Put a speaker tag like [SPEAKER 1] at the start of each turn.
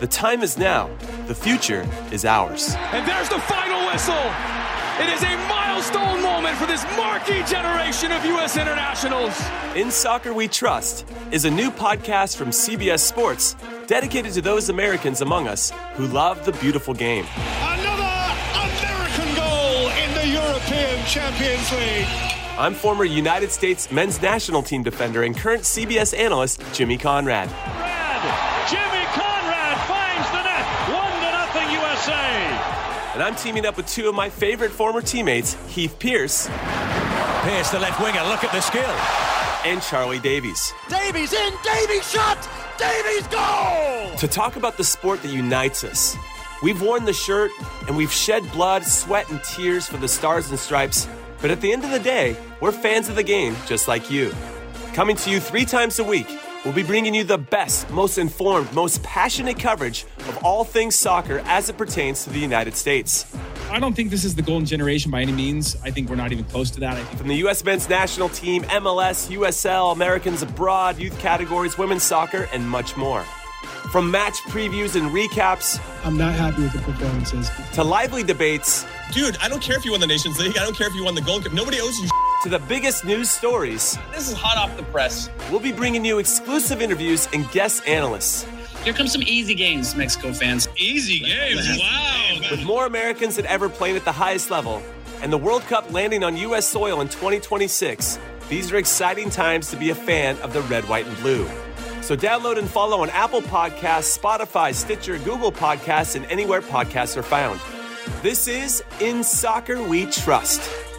[SPEAKER 1] The time is now. The future is ours.
[SPEAKER 2] And there's the final whistle. It is a milestone moment for this marquee generation of U.S. internationals.
[SPEAKER 1] In Soccer We Trust is a new podcast from CBS Sports dedicated to those Americans among us who love the beautiful game.
[SPEAKER 3] Another American goal in the European Champions League.
[SPEAKER 1] I'm former United States men's national team defender and current CBS analyst Jimmy Conrad.
[SPEAKER 4] Conrad. Jimmy Conrad finds the net. One to nothing USA.
[SPEAKER 1] And I'm teaming up with two of my favorite former teammates, Heath Pierce
[SPEAKER 5] Pierce, the left winger. Look at the skill.
[SPEAKER 1] and Charlie Davies,
[SPEAKER 6] Davies in, Davies shot, Davies goal!
[SPEAKER 1] to talk about the sport that unites us. We've worn the shirt and we've shed blood, sweat, and tears for the stars and stripes, but at the end of the day, we're fans of the game just like you. Coming to you three times a week, we'll be bringing you the best, most informed, most passionate coverage of all things soccer as it pertains to the United States.
[SPEAKER 7] I don't think this is the golden generation by any means. I think we're not even close to that. I think
[SPEAKER 1] From the U.S. men's national team, MLS, USL, Americans abroad, youth categories, women's soccer, and much more. From match previews and recaps
[SPEAKER 8] I'm not happy with the performances.
[SPEAKER 1] to lively debates
[SPEAKER 9] Dude, I don't care if you won the Nations League. I don't care if you won the Gold Cup. Nobody owes you.
[SPEAKER 1] to the biggest news stories,
[SPEAKER 9] This is hot off the press.
[SPEAKER 1] we'll be bringing you exclusive interviews and guest analysts.
[SPEAKER 10] Here comes some easy games, Mexico fans.
[SPEAKER 4] Easy games. Wow.
[SPEAKER 1] With more Americans than ever playing at the highest level and the World Cup landing on U.S. soil in 2026, these are exciting times to be a fan of the red, white, and blue. So download and follow on Apple Podcasts, Spotify, Stitcher, Google Podcasts, and anywhere podcasts are found. This is In Soccer We Trust.